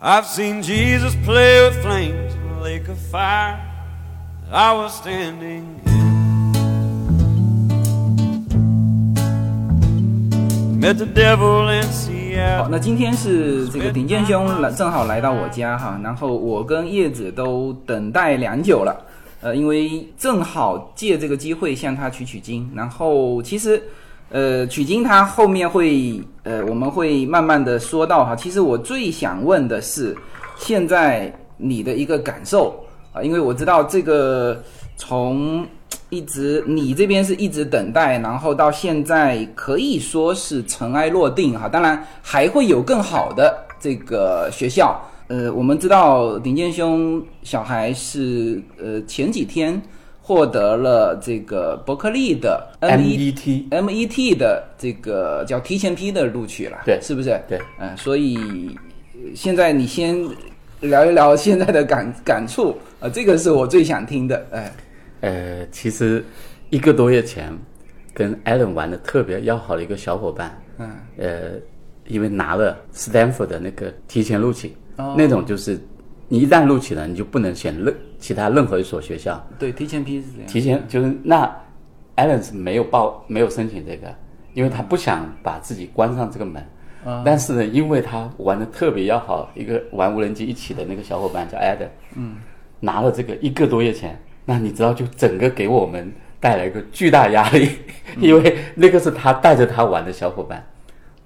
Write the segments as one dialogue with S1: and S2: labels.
S1: I've seen Jesus play with flames in a lake of fire. I was standing in. Met the devil in
S2: 好，
S1: Seattle.
S2: 那今天是这个鼎健兄来，正好来到我家哈，然后我跟叶子都等待良久了，呃，因为正好借这个机会向他取取经，然后其实，呃，取经他后面会，呃，我们会慢慢的说到哈。其实我最想问的是，现在你的一个感受啊、因为我知道这个从一直你这边是一直等待，然后到现在可以说是尘埃落定哈。当然还会有更好的这个学校。呃，我们知道顶尖兄小孩是呃前几天获得了这个伯克利的 E
S3: MET
S2: MET 的这个叫提前批的录取了，
S3: 对
S2: 是不是？
S3: 对
S2: 嗯、所以呃现在你先聊一聊现在的感感触，呃，这个是我最想听的，哎、
S3: 呃，其实一个多月前，跟 Allen 玩的特别要好的一个小伙伴，
S2: 嗯，
S3: 呃，因为拿了 Stanford 的那个提前录取，
S2: 哦
S3: 那种就是你一旦录取了，你就不能选任其他任何一所学校，
S2: 对，提前批是这样，
S3: 提前就是那 Allen 是没有报没有申请这个，因为他不想把自己关上这个门。但是呢，因为他玩的特别要好，一个玩无人机一起的那个小伙伴叫 Adam，嗯，拿了这个一个多月前，那你知道就整个给我们带来一个巨大压力， 因为那个是他带着他玩的小伙伴，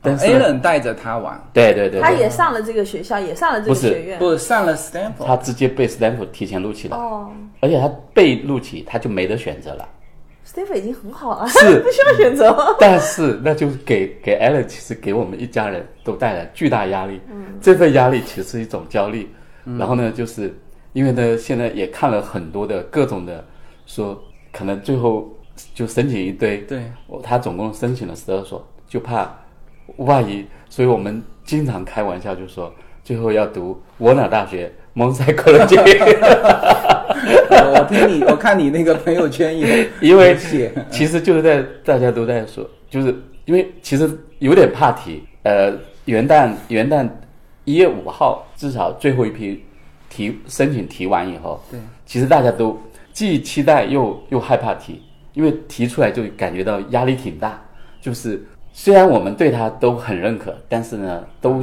S3: 但是
S2: a l a n 呃带着他玩，
S3: 对对对，
S4: 他
S3: 对
S4: 也上了这个学校，也上了这
S3: 不
S4: 个
S3: 是
S4: 学院。
S2: 不上了 Stanford，
S3: 他直接被 Stanford 提前录取了，
S4: 哦
S3: 而且他被录取他就没得选择了。
S4: ，Steve 已经很好了，
S3: 是
S4: 不需要选择 吗？
S3: 但是那就是给给 a l l n 其实给我们一家人都带来巨大压力。嗯，这份压力其实是一种焦虑。然后呢，就是因为呢，现在也看了很多的各种的，说可能最后就申请一堆。
S2: 对
S3: 我，他总共申请了十二所，就怕万一，所以我们经常开玩笑就说，最后要读沃纳大学、蒙塞哥伦比亚。
S2: 我我听你，我 看你那个朋友圈也
S3: 因为
S2: 也写，
S3: 其实就是在大家都在说，就是因为其实有点怕提，呃，元旦元旦一月五号至少最后一批提申请提完以后，
S2: 对，
S3: 其实大家都既期待又又害怕提，因为提出来就感觉到压力挺大，就是虽然我们对他都很认可，但是呢，都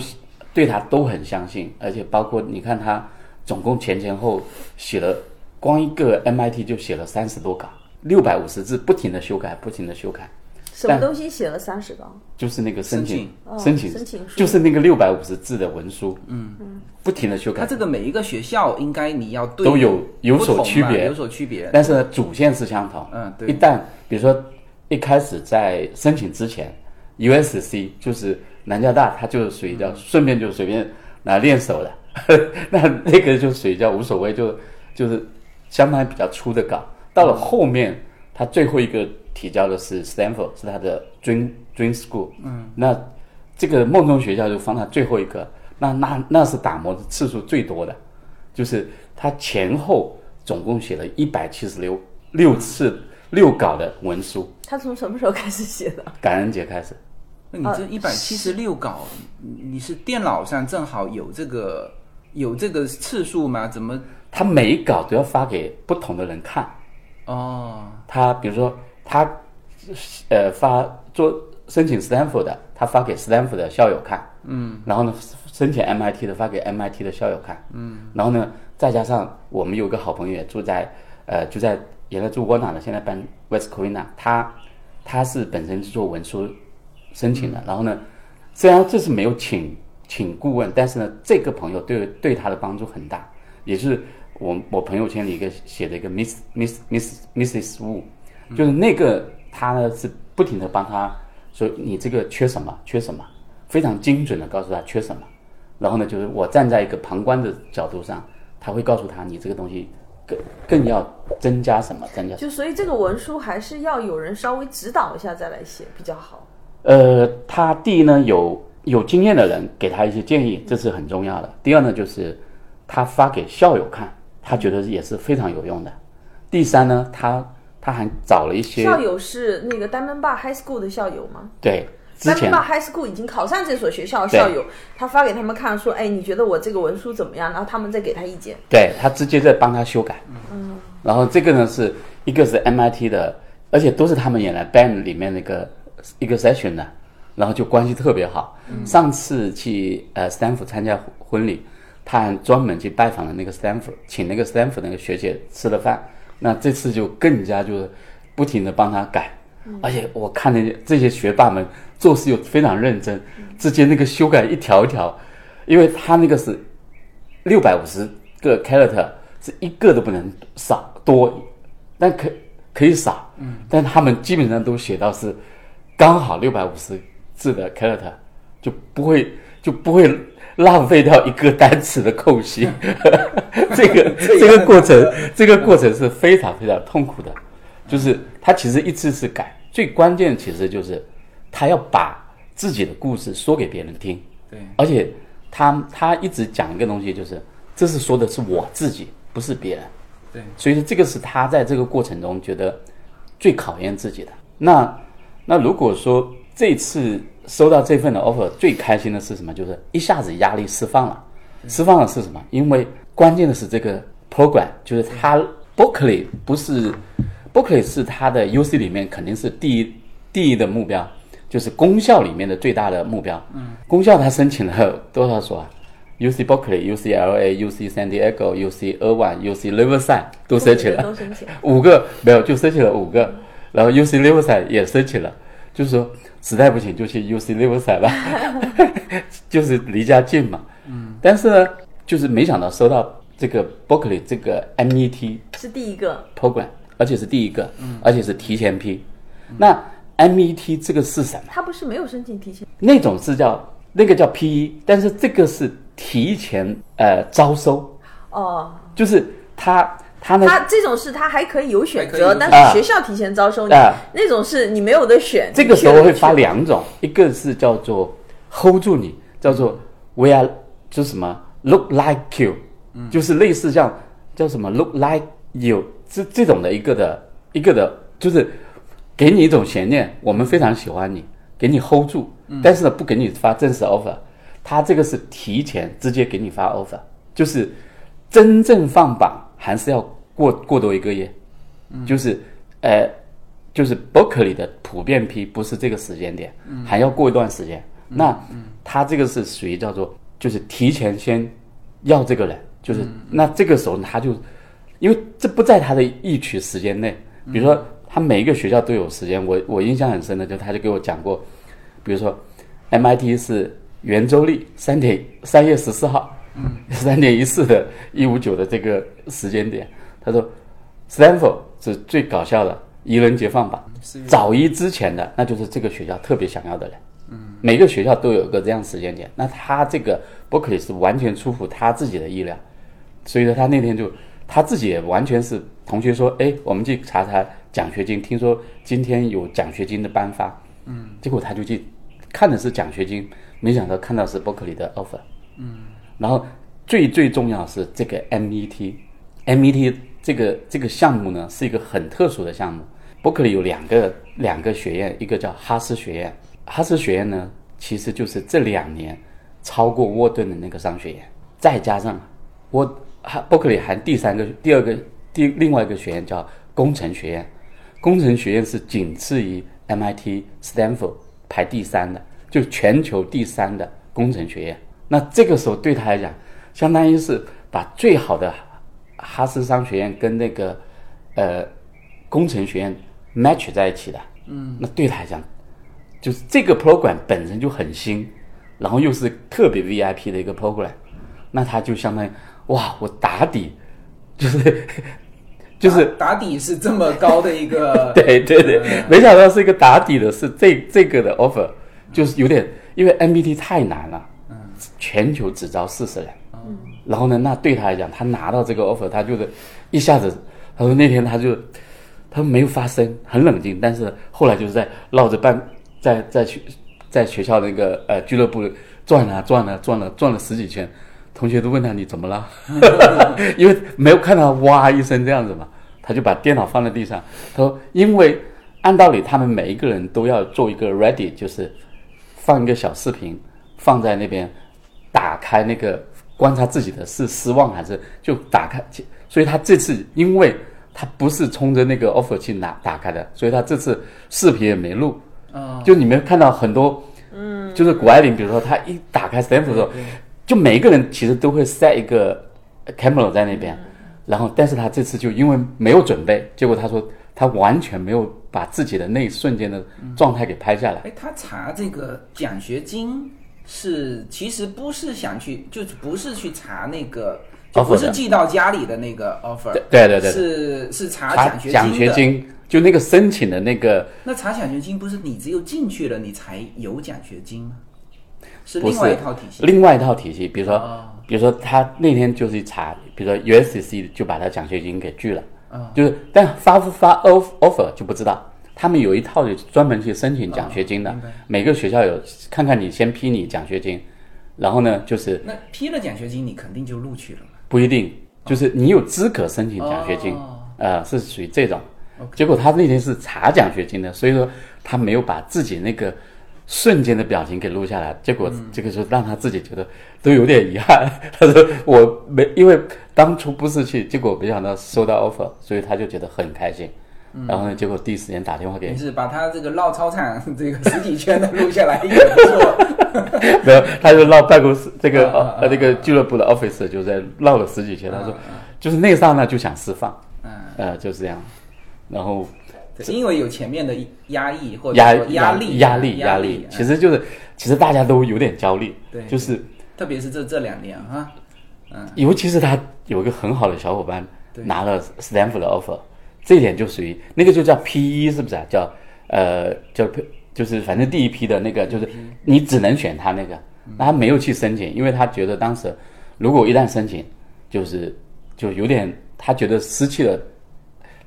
S3: 对他都很相信，而且包括你看他总共前前后写了。光一个 MIT 就写了三十多稿，六百五十字，不停的修改，不停的修改，
S4: 什么东西写了三十刀？
S3: 就是那个申请申
S4: 申请
S3: 请,、
S4: 哦申请书
S3: 就是那个六百五十字的文书，嗯，不停的修改。
S2: 他这个每一个学校应该你要对
S3: 都有有
S2: 不同
S3: 所区
S2: 吧
S3: 别
S2: 有所区别，
S3: 但是呢，主线是相同。
S2: 嗯对
S3: 一旦比如说一开始在申请之前，USC 就是南加大，它就属于
S2: 嗯
S3: 叫顺便就随便拿练手了， 那那个就属于叫无所谓，就就是相当于比较粗的稿。到了后面，他最后一个提交的是 Stanford，是他的 Dream Dream School。嗯，那这个梦中学校就放在最后一个，那那那是打磨的次数最多的。就是他前后总共写了一百七十六六次六稿的文书，
S4: 他从什么时候开始写 的？
S3: 感恩节开始，
S2: 那你这一百七十六稿，你你是电脑上正好有这个有这个次数吗？怎么？
S3: 他每一稿都要发给不同的人看。
S2: 哦，
S3: 他比如说他呃发做申请 Stanford 的，他发给 Stanford 的校友看，嗯，然后呢申请 MIT 的发给 MIT 的校友看，嗯，然后呢再加上我们有个好朋友也住在呃就在原来住沃纳的，现在搬 West Covina，他他是本身是做文书申请的，然后呢虽然这是没有请请顾问，但是呢这个朋友对对他的帮助很大，也是。我我朋友圈里一个写的一个 Miss Miss Miss Mrs Wu，就是那个他呢是不停的帮他说你这个缺什么缺什么，非常精准的告诉他缺什么，然后呢就是我站在一个旁观的角度上，他会告诉他你这个东西更更要增加什么增加什么。
S4: 就所以这个文书还是要有人稍微指导一下再来写比较好。
S3: 呃，他第一呢有有经验的人给他一些建议，这是很重要的。第二呢就是他发给校友看，他觉得也是非常有用的。第三呢，他他还找了一些
S4: 校友是那个 Diamond Bar High School 的校友吗？
S3: 对之前
S4: Bamba High School 已经考上这所学校的校友，他发给他们看说，哎，你觉得我这个文书怎么样？然后他们再给他意见。
S3: 对他直接在帮他修改。嗯，然后这个呢是一个是 MIT 的，而且都是他们原来 band 里面那个一个 session 的，然后就关系特别好。上次去呃斯坦福参加婚礼，他还专门去拜访了那个斯坦福，请那个斯坦福那个学姐吃了饭。那这次就更加就是不停的帮他改。而且我看了这些学霸们做事又非常认真，之间那个修改一条一条，因为他那个是六百五十个 character 是一个都不能少多，但可可以少，嗯，但他们基本上都写到是刚好六百五十字的 character，就不会就不会浪费掉一个单词的空隙， 这个这个过程这个过程是非常非常痛苦的，就是他其实一次次改，最关键其实就是他要把自己的故事说给别人听，
S2: 对，
S3: 而且他他一直讲一个东西，就是这是说的是我自己，不是别人。
S2: 对，
S3: 所以说这个是他在这个过程中觉得最考验自己的。那那如果说这次收到这份的 offer，最开心的是什么？就是一下子压力释放了，释放了是什么？因为关键的是这个 program，就是他 Berkeley 不是 Berkeley 是他的 UC 里面肯定是第一第一的目标，就是公校里面的最大的目标。嗯，公校他申请了多少所啊？UC Berkeley、UCLA、UC San Diego、UC Irvine、UC Riverside 都嗯申请了，
S4: 都申请了
S3: 五个没有就申请了五个，然后 UC Riverside 也申请了，就是说实在不行就去 UC Riverside 吧，就是离家近嘛。嗯，但是呢，就是没想到收到这个 Berkeley 这个 MET
S4: 是第一个，
S3: program，而且是第一个，而且是提前批。那 MET 这个是什么？
S4: 他不是没有申请提前，
S3: 那种是叫那个叫 PE，但是这个是提前呃招收，
S4: 哦，
S3: 就是他他呢
S4: 他这种是他还可以有选
S2: 还可以有选
S4: 择，
S2: 择
S4: 但是学校提前招收你
S3: 啊，
S4: 那种是你没有得选。
S3: 这个时候会发两种，一个是叫做 hold 住你，叫做 we are 就是什么 look like you，、就是类似像叫什么 look like you 这这种的一个的一个的，就是给你一种悬念，我们非常喜欢你，给你 hold 住，但是呢不给你发正式 offer，他这个是提前直接给你发 offer，就是真正放榜还是要过过多一个月，就是呃就是 Berkeley 的普遍批不是这个时间点，还要过一段时间。那他这个是属于叫做就是提前先要这个人，就是那这个时候他就，因为这不在他的预期时间内。比如说他每一个学校都有时间，我我印象很深的就他就给我讲过，比如说 MIT 是圆周率三点三月十四号，三点一四的一五九的这个时间点，他说斯坦福是最搞笑的，愚人节放榜，早一之前的那就是这个学校特别想要的人。嗯，每个学校都有一个这样时间点，那他这个伯克利是完全出乎他自己的意料，所以说他那天就他自己也完全是同学说，哎，我们去查查奖学金，听说今天有奖学金的颁发，嗯，结果他就去看的是奖学金，没想到看到是伯克利的 offer，嗯，然后最最重要的是这个 E MET，MET E 这个这个项目呢是一个很特殊的项目，伯克利有两个两个学院，一个叫哈斯学院，哈斯学院呢其实就是这两年超过沃顿的那个商学院，再加上我哈伯克利还第三个第二个第另外一个学院叫工程学院，工程学院是仅次于 MIT、Stanford 排第三的，就全球第三的工程学院。那这个时候对他来讲，相当于是把最好的哈斯商学院跟那个呃工程学院 match 在一起的。嗯，那对他来讲，就是这个 program 本身就很新，然后又是特别 VIP 的一个 program，那他就相当于哇，我打底就是 就是，
S2: 打底是这么高的一个
S3: 对对对，没想到是一个打底的，是这这个的 offer，就是有点因为 MBT 太难了，嗯，全球只招四十人，嗯，然后呢，那对他来讲，他拿到这个 offer，他就是一下子，他说那天他就他没有发声，很冷静，但是后来就是在绕着半在在学在学校那个呃俱乐部转啊转啊转了、转了十几圈，同学都问他你怎么了， 因为没有看到哇一声这样子嘛，他就把电脑放在地上，他说因为按道理他们每一个人都要做一个 ready，就是放一个小视频放在那边，打开那个观察自己的是失望还是就打开，所以他这次因为他不是冲着那个 offer 去拿打开的，所以他这次视频也没录，
S2: 啊，
S3: 就你们看到很多，嗯，就是谷爱凌，比如说她一打开 Stanford 的时候，就每一个人其实都会塞一个 camera 在那边，然后但是她这次就因为没有准备，结果她说她完全没有把自己的那一瞬间的状态给拍下来，
S2: 哎，他查这个奖学金是其实不是想去，就是不是去查那个，就
S3: Offer
S2: 不是
S3: 的
S2: 寄到家里的那个 offer，
S3: 对对对对，
S2: 是是查
S3: 她
S2: 奖学
S3: 奖
S2: 金
S3: 学
S2: 的。
S3: 金就那个申请的那个
S2: 那查奖学金不是你只有进去了你才有奖学金吗？是
S3: 不
S2: 另
S3: 是
S2: 外一套体系。
S3: 另外一套体系，比如说，
S2: 哦
S3: 比如说他那天就是一查，比如说 USCC 就把他奖学金给拒了，
S2: 哦
S3: 就是但发不发 off- offer 就不知道。他们有一套就专门去申请奖
S2: 哦
S3: 学金的，每个学校有看看你先批你奖学金，然后呢就是
S2: 那批了奖学金，你肯定就录取了嘛？
S3: 不一定，
S2: 哦
S3: 就是你有资格申请奖学金，呃，是属于这种。结果他那天是查奖学金的，所以说他没有把自己那个瞬间的表情给录下来，结果
S2: 嗯
S3: 这个就让他自己觉得都有点遗憾。 他说我没，因为当初不是去，结果没想到收到 offer，所以他就觉得很开心。然后呢，结果第一时间打电话给
S2: 嗯你是把他这个绕操场 这个十几圈的录下来也不错。
S3: 没有，他就绕办公室这个
S2: 啊啊啊啊
S3: 呃那个俱乐部的 office 就在绕了十几圈。 他说，就是那一刹那就想释放，呃，就是这样。然后
S2: 嗯对因为有前面的压抑或者
S3: 压
S2: 说压力、嗯
S3: 压力
S2: 压
S3: 力，其
S2: 实
S3: 实就是其实大家都有点焦虑
S2: 对，
S3: 就是
S2: 特别是这这两年啊，
S3: 尤其是他有一个很好的小伙伴
S2: 对
S3: 拿了 Stanford 的 offer，这一点就属于那个就叫 PE 是不是啊？叫呃叫就是反正第一批嗯的那个就是你只能选他那个，那他没有去申请，因为他觉得当时如果一旦申请，就是就有点他觉得失去了，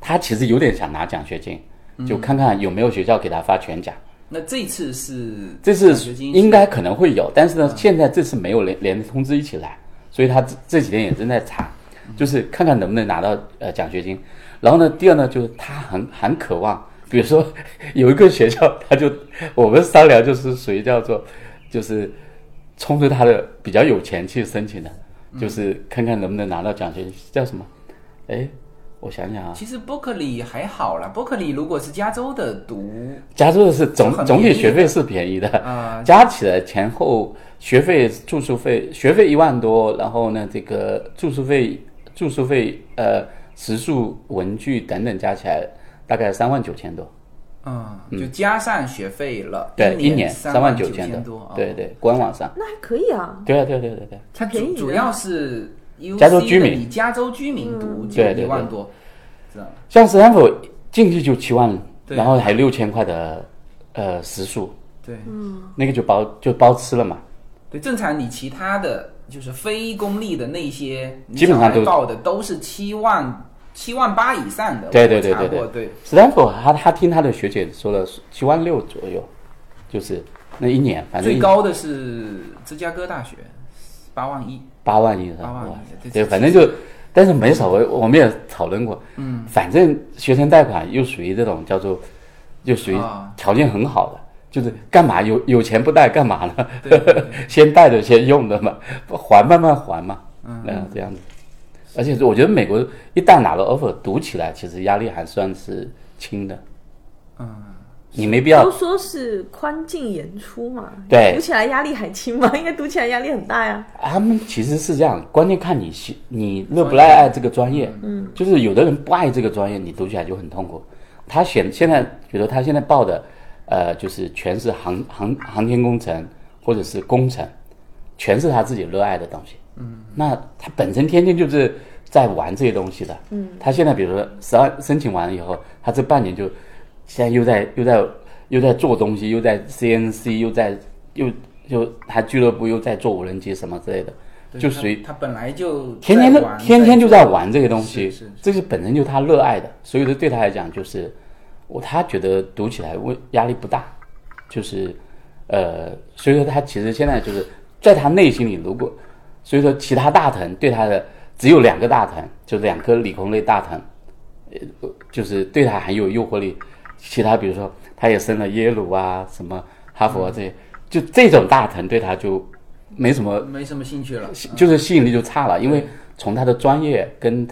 S3: 他其实有点想拿奖学金，就看看有没有学校给他发全奖。
S2: 那这次是
S3: 这
S2: 奖
S3: 次
S2: 学金是嗯
S3: 应该可能会有，但是呢，现在这次没有连连通知一起来，所以他这这几天也正在查，
S2: 嗯
S3: 就是看看能不能拿到呃奖学金。然后呢，第二呢，就是他很很渴望，比如说有一个学校，他就我们商量就是属于叫做就是冲着他的比较有钱去申请的，
S2: 嗯
S3: 就是看看能不能拿到奖学金，叫什么？哎，我想想啊，
S2: 其实伯克利还好啦，伯克利如果是加州的读，
S3: 加州的是总
S2: 很
S3: 总体
S2: 便宜
S3: 学费是便宜的，
S2: 啊
S3: 加起来前后学费、住宿费，学费一万多，然后呢，这个住宿费、住宿费、呃，食宿、文具等等加起来大概三万九千多。
S2: 嗯，就加上学费了，
S3: 对，一
S2: 年
S3: 三
S2: 万
S3: 九
S2: 千多，
S3: 多
S2: 哦。
S3: 对，对，官网上。
S4: 那还可以啊。
S3: 对啊，对对对对。
S2: 它
S4: 便宜
S2: 主
S4: 的
S2: 主要是 UC
S3: 加州居
S2: 的
S3: 民
S2: 以加州居民读就
S3: 对对
S2: 一万
S3: 对
S2: 多，知道吗？
S3: 像斯坦福进去就七万，
S2: 对
S3: 然后还六千块的呃食宿，
S2: 对
S3: 那个就包就包吃了嘛。
S2: 对，正常你其他的就是非公立的那些，你
S3: 基本上
S2: 想来
S3: 都
S2: 报的都是七万七万八以上的，
S3: 对
S2: 我
S3: 对对
S2: 查
S3: 对
S2: 过
S3: 对
S2: 对，
S3: 斯坦福他他听他的学姐说了七万六左右，就是那一年，反正
S2: 最
S3: 一年
S2: 高的是芝加哥大学八万一，
S3: 八万以上，
S2: 八万以上
S3: 哇
S2: 对
S3: 对，
S2: 这
S3: 反正就，但是没少，我我们也讨论过，嗯，反正学生贷款又属于这种叫做，又属于
S2: 啊
S3: 条件很好的，就是干嘛有有钱不贷干嘛呢？
S2: 对对对
S3: 先贷着先用的嘛，不还慢慢还嘛，嗯，这样子。而且我觉得美国一旦拿了 offer，读起来其实压力还算是轻的，嗯，你没必要
S4: 都说是宽进严出嘛，
S3: 对
S4: 读起来压力还轻吗？ 应该读起来压力很大呀。
S3: 他们其实是这样，关键看你喜你热不热爱这个专业。嗯，就是有的人不爱这个专业，你读起来就很痛苦。他选现在，比如他现在报的，呃，就是全是航航航天工程或者是工程，全是他自己热爱的东西。嗯，那他本身天天就是在玩这些东西的。嗯，他现在比如说十二申请完了以后，他这半年就现在又在又在又在做东西，又在 CNC，又在又又他俱乐部又在做无人机什么之类的，
S2: 对
S3: 就
S2: 它
S3: 属于
S2: 它本来就
S3: 天天
S2: 在
S3: 都
S2: 玩
S3: 天天就
S2: 在
S3: 在玩这个东西，
S2: 是是
S3: 这是本身就是他热爱的，所以说对他来讲就是我他觉得读起来问压力不大，就是呃，所以说他其实现在就是在他内心里，如果所以说其他大藤对他的只有两个大藤，就两颗理工类大藤，呃，就是对他很有诱惑力。其他比如说他也升了耶鲁啊，什么哈佛啊这些，就这种大thần对他就没什么，
S2: 没什么兴趣了。
S3: 就是吸引力就差了，因为从他的专业跟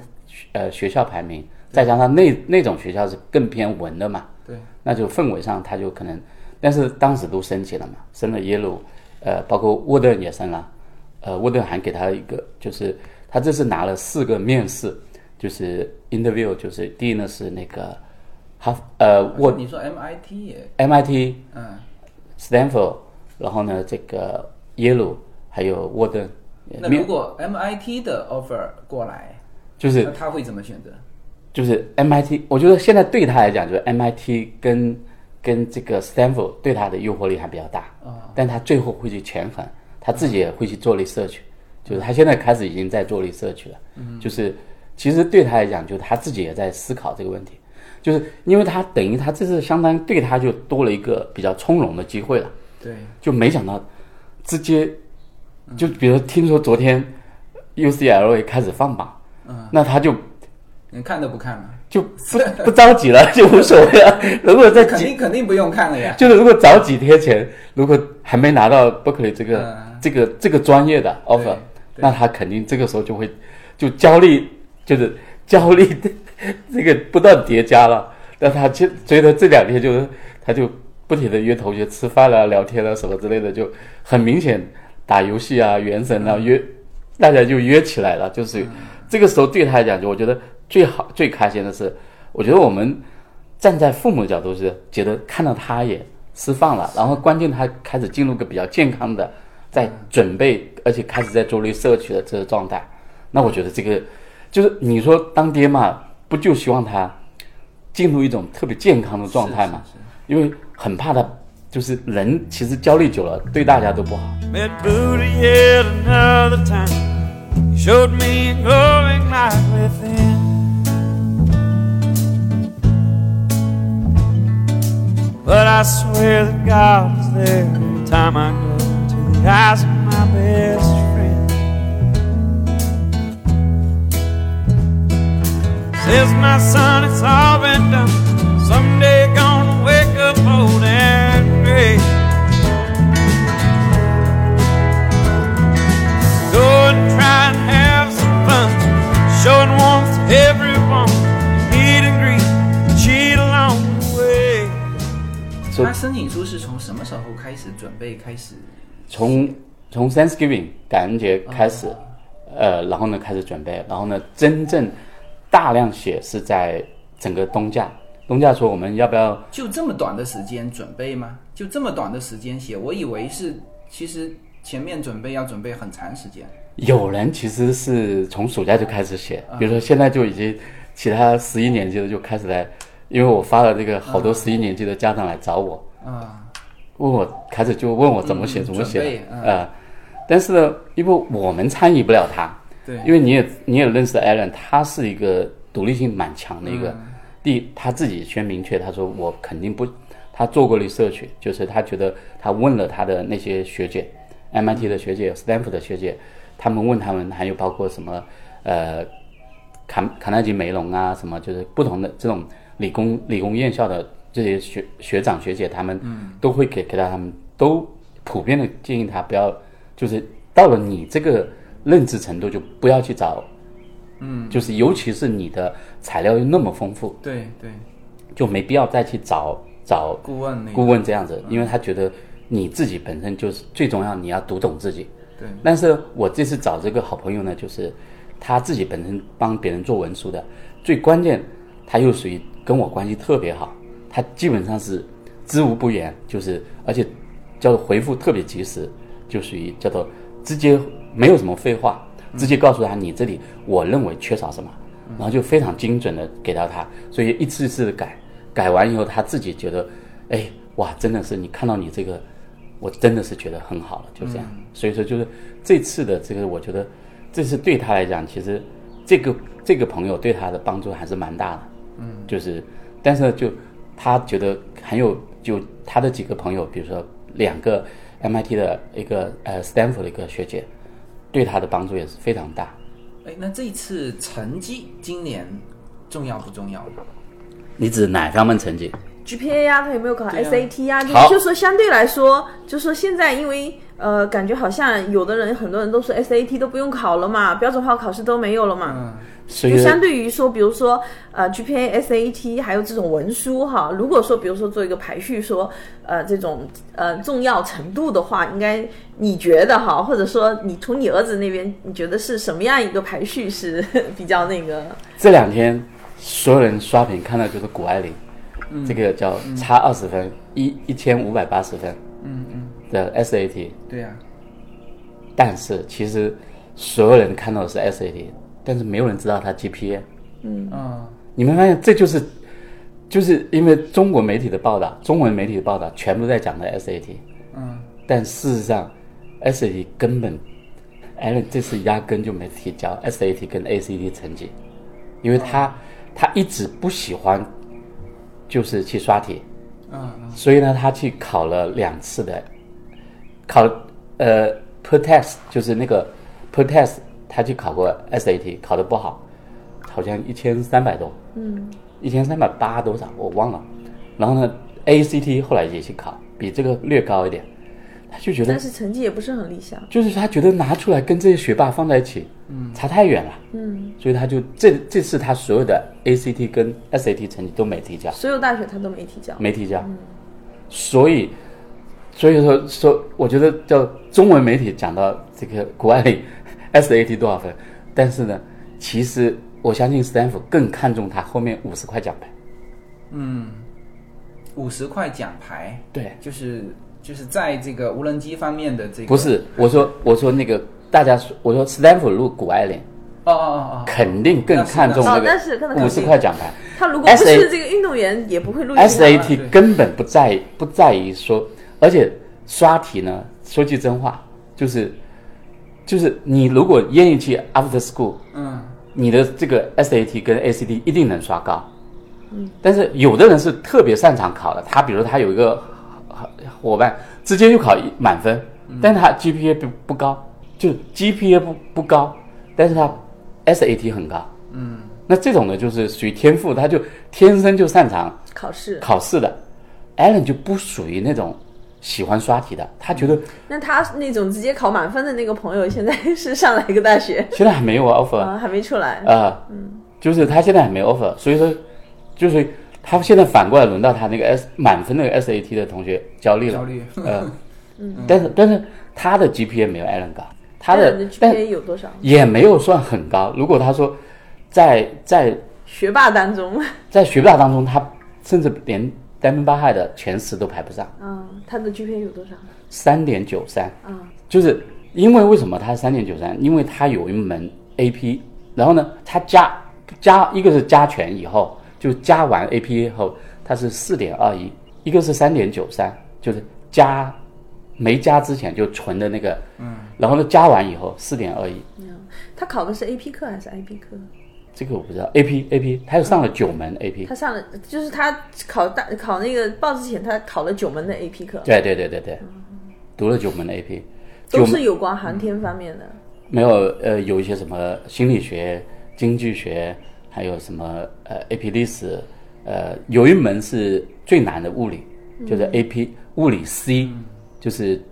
S3: 呃学校排名，再加上那那种学校是更偏文的嘛，
S2: 对，
S3: 那就氛围上他就可能，但是当时都申请了嘛，申了耶鲁，呃，包括沃顿也申了，呃，沃顿还给他一个，就是他这次拿了四个面试，就是 interview，就是第一呢是那个哈呃沃
S2: 你说 MIT 也
S3: MIT
S2: 嗯
S3: Stanford，然后呢这个耶鲁还有沃顿，呃
S2: 那
S3: 面
S2: 如果 MIT 的 offer 过来，
S3: 就是
S2: 那他会怎么选择？
S3: 就是 MIT，我觉得现在对他来讲，就是 MIT 跟跟这个 Stanford 对他的诱惑力还比较大。但他最后会去权衡，他自己也会去做 research，就是他现在开始已经在做 research 了。就是其实对他来讲，就是他自己也在思考这个问题，就是因为他等于他这次相当于对他就多了一个比较从容的机会了。
S2: 对，
S3: 就没想到直接就比如听说昨天 UCLA 开始放榜，那他就
S2: 连看都不看了，
S3: 就不不着急了， 就无所谓了。如果在
S2: 肯
S3: 几，
S2: 定肯定不用看了呀。
S3: 就是如果早几天前，如果还没拿到 Berkeley 这个、
S2: 嗯
S3: 这个这个专业的 offer，
S2: 对
S3: 那他肯定这个时候就会就焦虑，就是焦虑 这个不断叠加了。那他就觉得这两天就是他就不停的约同学吃饭啊、聊天啊什么之类的，就很明显打游戏啊、原神啊约，大家就约起来了。就是这个时候对他来讲，就我觉得最好最开心的是，我觉得我们站在父母角度是觉得看到他也释放了，然后关键他开始进入个比较健康的，在准备，而且开始在做 research 的这个状态。那我觉得这个就是你说当爹嘛，不就希望他进入一种特别健康的状态嘛？因为很怕他就是人其实焦虑久了对大家都不好。
S1: Met Buddha yet another time. He showed me a glowing light within. But I swear that God is there every time I go to the eyes of my best friend. Says my son, it's all been done. Someday gonna wake up old and gray. Go and try and have some fun. Showing warmth to everyone. Meet and greet, cheat along the way.
S3: 说
S2: 他申请书是从什么时候开始准备开始？
S3: 从从 Thanksgiving 感恩节
S2: 啊
S3: 开始，呃，然后呢开始准备，然后呢真正大量写是在整个冬假。冬假说我们要不要
S2: 就这么短的时间准备吗？就这么短的时间写？我以为是，其实前面准备要准备很长时间。
S3: 有人其实是从暑假就开始写，
S2: 啊
S3: 比如说现在就已经其他十一年级的就开始来，因为我发了这个好多十一年级的家长来找我，
S2: 啊，
S3: 问我开始就问我怎么写、
S2: 嗯
S3: 怎么写
S2: 准备
S3: 啊、
S2: 嗯
S3: 呃但是呢，因为我们参与不了他，
S2: 对
S3: 因为你也你也认识 Alan，他是一个独立性蛮强的一个，第一他自己先明确，他说我肯定不，他做过 research，就是他觉得他问了他的那些学姐，MIT 的学姐、Stanford 的学姐，他们问他们还有包括什么呃卡卡耐基梅隆啊，什么就是不同的这种理工理工院校的这些学学长学姐，他们都会给给到他们都普遍的建议他不要，就是到了你这个认知程度就不要去找，嗯，就是尤其是你的材料又那么丰富，
S2: 对对，
S3: 就没必要再去找找
S2: 顾问那个
S3: 顾问这样子，因为他觉得你自己本身就是最重要，你要读懂自己。
S2: 对
S3: 但是我这次找这个好朋友呢，就是他自己本身帮别人做文书的，最关键他又属于跟我关系特别好，他基本上是知无不言，就是而且叫做回复特别及时，就属于叫做直接没有什么废话，直接告诉他你这里我认为缺少什么，然后就非常精准的给到他，所以一次一次的改，改完以后他自己觉得，哎哇，真的是你看到你这个。我真的是觉得很好了，就这样。所以说，就是这次的这个，我觉得这是对他来讲，其实这个这个朋友对他的帮助还是蛮大的。嗯，就是，但是就他觉得很有，就他的几个朋友，比如说两个 MIT 的一个呃 Stanford 的一个学姐，对他的帮助也是非常大。
S2: 哎，那这一次成绩今年重要不重要？
S3: 你指哪方面成绩？
S4: GPA 呀、他有没有考
S2: 对呀
S4: SAT 呀、
S3: 啊好
S4: 就就说相对来说，就说现在因为呃，感觉好像有的人很多人都说 SAT 都不用考了嘛，标准化考试都没有了嘛。
S2: 嗯，
S3: 所以
S4: 就相对于说，比如说呃 GPA、SAT 还有这种文书哈，如果说比如说做一个排序说，呃这种呃重要程度的话，应该你觉得哈，或者说你从你儿子那边，你觉得是什么样一个排序是 比较那个？
S3: 这两天所有人刷屏看到就是谷爱凌，这个叫差二十分，一一千五百八十分，的 SAT，
S2: 对啊呀、
S3: 但是其实所有人看到的是 SAT，但是没有人知道他 GPA。
S2: 啊，啊、
S3: 你们发现这就是，就是因为中国媒体的报道，中文媒体的报道全部在讲的 SAT，
S2: 嗯，
S3: 但事实上 SAT 根本，Allen 这次压根就没提交 SAT 跟 ACT 成绩，因为他、他一直不喜欢，就是去刷题，
S2: 嗯，
S3: 所以呢，他去考了两次的，考呃 per test 就是那个 per test，他去考过 SAT，考得不好，好像一千三百多，嗯，一千三百八多少我忘了。然后呢，ACT 后来也去考，比这个略高一点，他就觉得
S4: 但是成绩也不是很理想。
S3: 就是他觉得拿出来跟这些学霸放在一起，嗯，差太远了，嗯，所以他就这这次他所有的 ACT 跟 SAT 成绩都没提交。
S4: 所有大学他都没提交，
S3: 没提交，
S4: 嗯
S3: 所以所以说说，我觉得叫中文媒体讲到这个谷 爱凌 SAT 多少分，但是呢，其实我相信斯坦福更看重他后面五十块奖牌。
S2: 五十块奖牌，
S3: 对，
S2: 就是就是在这个无人机方面的这个
S3: 不是我说我说那个大家说我说斯坦福录谷爱凌
S2: 哦哦哦哦，
S3: 肯定更看重
S4: 那
S3: 那
S4: 是那是哦那是更
S3: 个
S4: 肯
S3: 五
S4: 定
S3: 十块奖牌。
S4: 他如果不
S3: SA
S4: 是这个运动员，也不会录取他了
S3: SAT 根本不在意不在意说，而且刷题呢，说句真话，就是就是你如果愿意去 after school，
S2: 嗯
S3: 你的这个 SAT 跟 ACT 一定能刷高。嗯，但是有的人是特别擅长考的，他比如他有一个呃伙伴直接就考一满分，但他 GPA 不不高，就是 GPA 不不高，但是他 SAT 很高。嗯，那这种呢就是属于天赋，他就天生就擅长
S4: 考试。
S3: 考试的，Allen 就不属于那种喜欢刷题的，他觉得
S4: 那他那种直接考满分的那个朋友，现在 是上哪个大学？
S3: 现在还没有 offer，
S4: 啊，嗯还没出来。
S3: 啊，就是他现在还没 offer，所以说，就是他现在反过来轮到他那个 S 满分那个 SAT 的同学焦虑了，
S2: 焦虑
S3: 呃，但是但是他的 GPA 没有 Allen 高，他
S4: 那
S3: 的
S4: 你的
S3: 但
S4: GPA 有多少？
S3: 也没有算很高。如果他说在在
S4: 学霸当中，
S3: 在学霸当中，他甚至连丹麦巴亥的前十都排不上，
S4: 啊，他的 GPA 有多少？
S3: 三点九三，
S4: 啊，
S3: 就是因为为什么它三点九三？因为它有一门 AP，然后呢，它加加一个是加权以后，就加完 AP 以后，它是四点二一，一个是三点九三，就是加没加之前就存的那个，嗯，然后呢加完以后四点二一，
S4: 他考的是 AP 课还是 IB 课？
S3: 这个我不知道 AP AP，它又上了九门 AP，
S4: 他上了，就是他考大考那个报之前，他考了九门的 AP 课，
S3: 对对对对对，读了九门 AP，
S4: 都
S3: 九
S4: 是有关航天方面的。
S3: 没有呃有一些什么心理学、经济学，还有什么呃 AP 历史，呃有一门是最难的物理，就是 AP 物理 C，、就是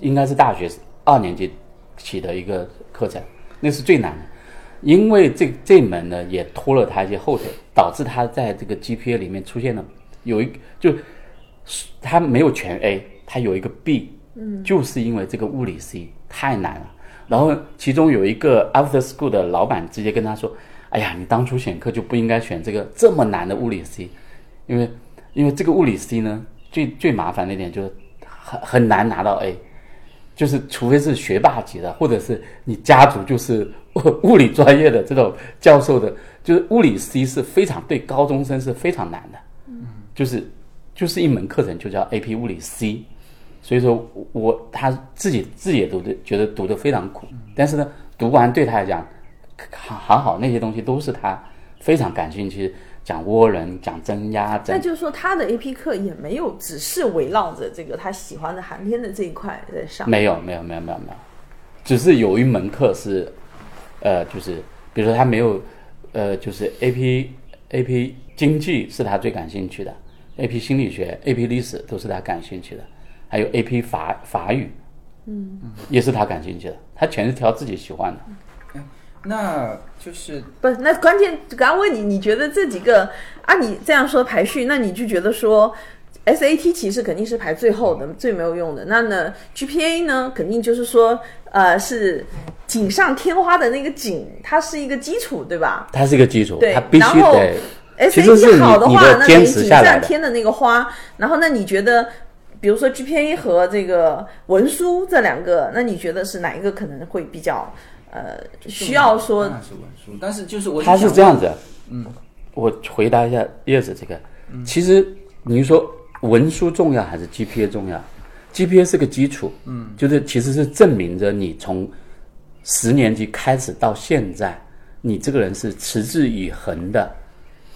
S3: 应该是大学二年级起的一个课程，那是最难的。因为这这门呢也拖了他一些后腿，导致他在这个 GPA 里面出现了有一就他没有全 A，他有一个 B，嗯，就是因为这个物理 C 太难了。然后其中有一个 after school 的老板直接跟他说：“哎呀，你当初选课就不应该选这个这么难的物理 C，因为因为这个物理 C 呢，最最麻烦的一点就是很很难拿到 A，就是除非是学霸级的，或者是你家族就是 物物理专业的这种教授的，就是物理 C 是非常对高中生是非常难的，就是就是一门课程就叫 AP 物理 C，所以说我他自己自己也读的觉得读的非常苦，但是呢，读完对他来讲，还还好那些东西都是他非常感兴趣，讲涡轮、讲增压、
S4: 那
S3: 讲
S4: 就是说，他的 AP 课也没有只是围绕着这个他喜欢的航天的这一块在上。
S3: 没有没有没有没有没有，只是有一门课是，呃，就是比如说他没有，呃，就是 A P A P 经济是他最感兴趣的 AP 心理学、AP 历史都是他感兴趣的，还有 AP 法法语，嗯，也是他感兴趣的，他全是挑自己喜欢的。
S2: 那就是
S4: 不，那关键刚刚问你，你觉得这几个按你这样说排序，那你就觉得说 SAT 其实肯定是排最后的，最没有用的。那呢 GPA 呢，肯定就是说，呃，是锦上添花的那个锦，它是一个基础，对吧？
S3: 它是一个基础，
S4: 对
S3: 它必须
S4: 然后
S3: 得。其实是
S4: ，SAT
S3: 你
S4: 好
S3: 你
S4: 话，
S3: 的
S4: 那等
S3: 坚
S4: 于
S3: 持
S4: 锦
S3: 下来
S4: 上
S3: 的，
S4: 添的那个花。然后，那你觉得，比如说 GPA 和这个文书这两个，那你觉得是哪一个可能会比较呃需要说
S2: 那是文书，但是就是我
S3: 他是这
S2: 样，
S3: 样子，嗯，我回答一下叶子这个，其实你说文书重要还是 GPA 重要？GPA 是个基础，嗯，就是其实是证明着你从十年级开始到现在，你这个人是持之以恒的，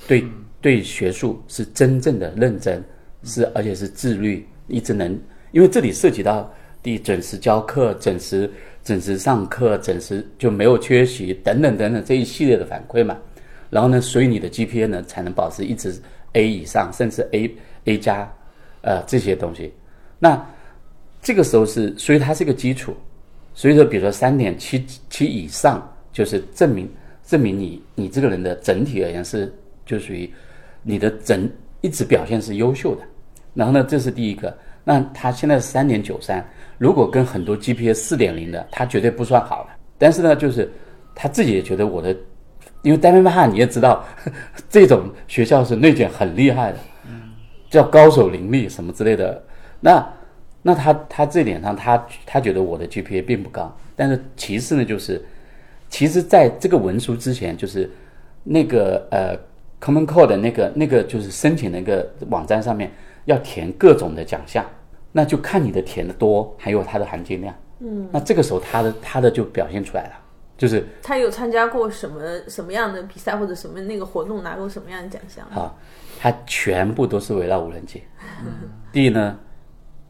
S3: 对对学术是真正的认真，是而且是自律，一直能，因为这里涉及到第准时教课、准时准时上课、准时就没有缺席等等等等这一系列的反馈嘛。然后呢，所以你的 GPA 呢才能保持一直 A 以上，甚至 A A 加，呃这些东西。那这个时候是，所以它是一个基础。所以说，比如说三点七七以上，就是证明证明你你这个人的整体而言是就属于你的整一直表现是优秀的。然后呢，这是第一个。那他现在是三点九三，如果跟很多 GPA 四点零的，他绝对不算好了。但是呢，就是他自己也觉得我的，因为单边汉你也知道， 这种学校是内卷很厉害的，叫高手林立什么之类的。那那他他这点上他，他觉得我的 GPA 并不高，但是其次呢，就是其实在这个文书之前，就是那个呃 Common Core 的那个那个就是申请那个网站上面要填各种的奖项，那就看你的填的多，还有它的含金量。嗯，那这个时候他的他的就表现出来了，就是
S4: 他有参加过什么什么样的比赛或者什么那个活动，拿过什么样的奖项？
S3: 啊，它全部都是围绕无人机。第一呢，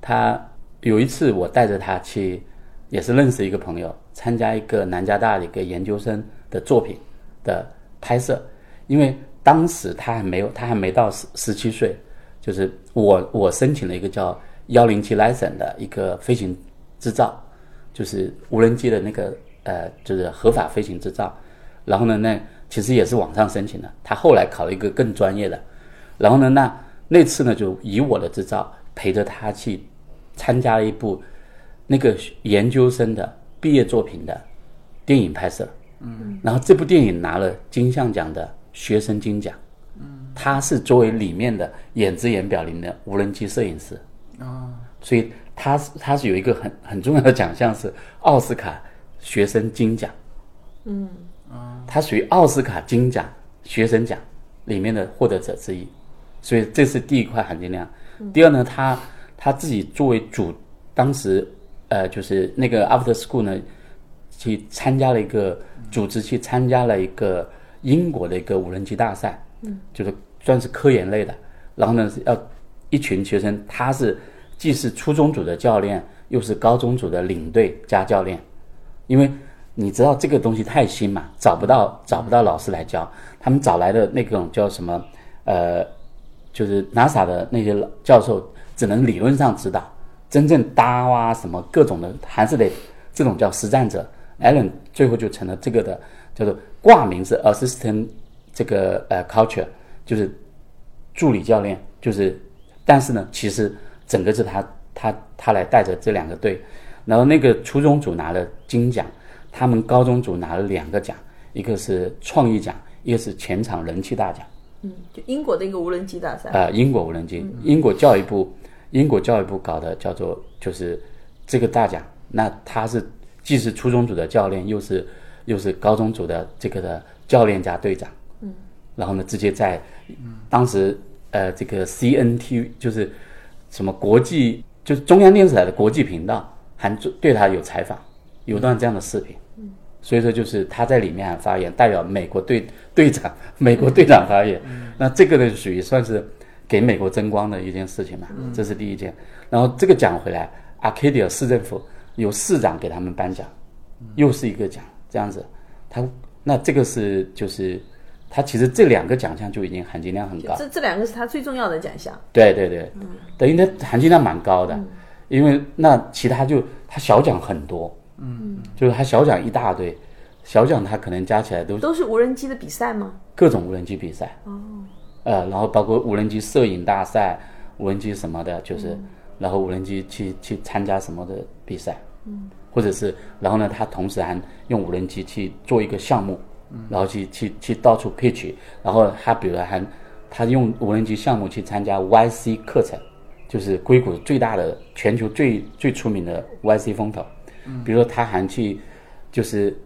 S3: 他有一次我带着他去，也是认识一个朋友，参加一个南加大的一个研究生的作品的拍摄，因为当时他还没有，他还没到十十七岁，就是我我申请了一个叫幺零七 license 的一个飞行执照，就是无人机的那个呃，就是合法飞行执照。然后呢，那其实也是网上申请的，他后来考了一个更专业的。然后呢，那那次呢，就以我的执照陪着他去参加了一部那个研究生的毕业作品的电影拍摄。嗯，然后这部电影拿了金像奖的学生金奖。嗯，他是作为里面的演职演表里面的无人机摄影师。所以他是他是有一个很很重要的奖项是奥斯卡学生金奖，嗯，他属于奥斯卡金奖学生奖里面的获得者之一，所以这是第一块含金量。第二呢，他他自己作为主，当时呃就是那个 After School 呢，去参加了一个组织去参加了一个英国的一个无人机大赛，嗯，就是算是科研类的。然后呢，是要一群学生，他是既是初中组的教练，又是高中组的领队加教练，因为你知道这个东西太新嘛，找不到找不到老师来教，他们找来的那种叫什么呃，就是 NASA 的那些老教授，只能理论上指导，真正搭啊什么各种的，还是得这种叫实战者。Allen 最后就成了这个的，叫做挂名是 assistant 这个呃 culture，就是助理教练，就是，但是呢，其实整个是他他他来带着这两个队，然后那个初中组拿了金奖，他们高中组拿了两个奖，一个是创意奖，一个是全场人气大奖，
S4: 就英国的一个无人机大赛，
S3: 呃，英国无人机，英国教育部，英国教育部搞的叫做就是这个大奖，那他是既是初中组的教练，又是又是高中组的这个的教练加队长，然后呢，直接在当时呃这个 CNT 就是什么国际，就是中央电视台的国际频道，还做对他有采访，有段这样的视频。所以说就是他在里面还发言，代表美国队 队长，美国队长发言。那这个呢，属于算是给美国争光的一件事情嘛，这是第一件。然后这个奖回来，Arcadia 市政府由市长给他们颁奖，又是一个奖，这样子。他那这个是就是它其实这两个奖项就已经含金量很高。
S4: 这这两个是他最重要的奖项。
S3: 对对对，等于它含金量蛮高的，因为那其他就它小奖很多，嗯，就是它小奖一大堆，小奖它可能加起来都
S4: 都是无人机的比赛吗？
S3: 各种无人机比赛，哦，呃，然后包括无人机摄影大赛、无人机什么的，就是，然后无人机去去参加什么的比赛，嗯，或者是，然后呢，他同时还用无人机去做一个项目，嗯，然后去去去到处 pitch，然后他比如还他用无人机项目去参加 YC 课程，就是硅谷最大的、全球最最出名的 YC 风投，嗯，比如说他还去就是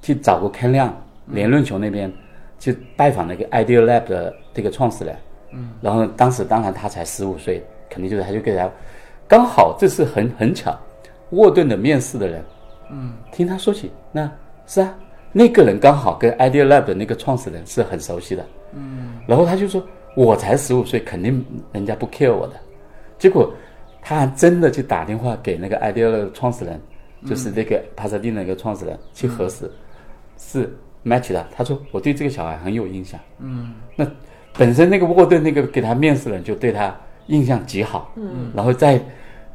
S3: 去找过 Ken 亮，联论球那边去拜访那个 Idea Lab 的这个创始人，嗯，然后当时当然他才十五岁，肯定就是他就给他，刚好这是很很巧，沃顿的面试的人，嗯，听他说起，那是啊，那个人刚好跟 Idea Lab 的那个创始人是很熟悉的，嗯，然后他就说，我才十五岁，肯定人家不 care 我的，结果他还真的去打电话给那个 Idea Lab 的创始人，就是那个帕萨蒂那个创始人去核实。是 match 的。他说我对这个小孩很有印象。嗯，那本身那个沃顿那个给他面试的人就对他印象极好。嗯，然后再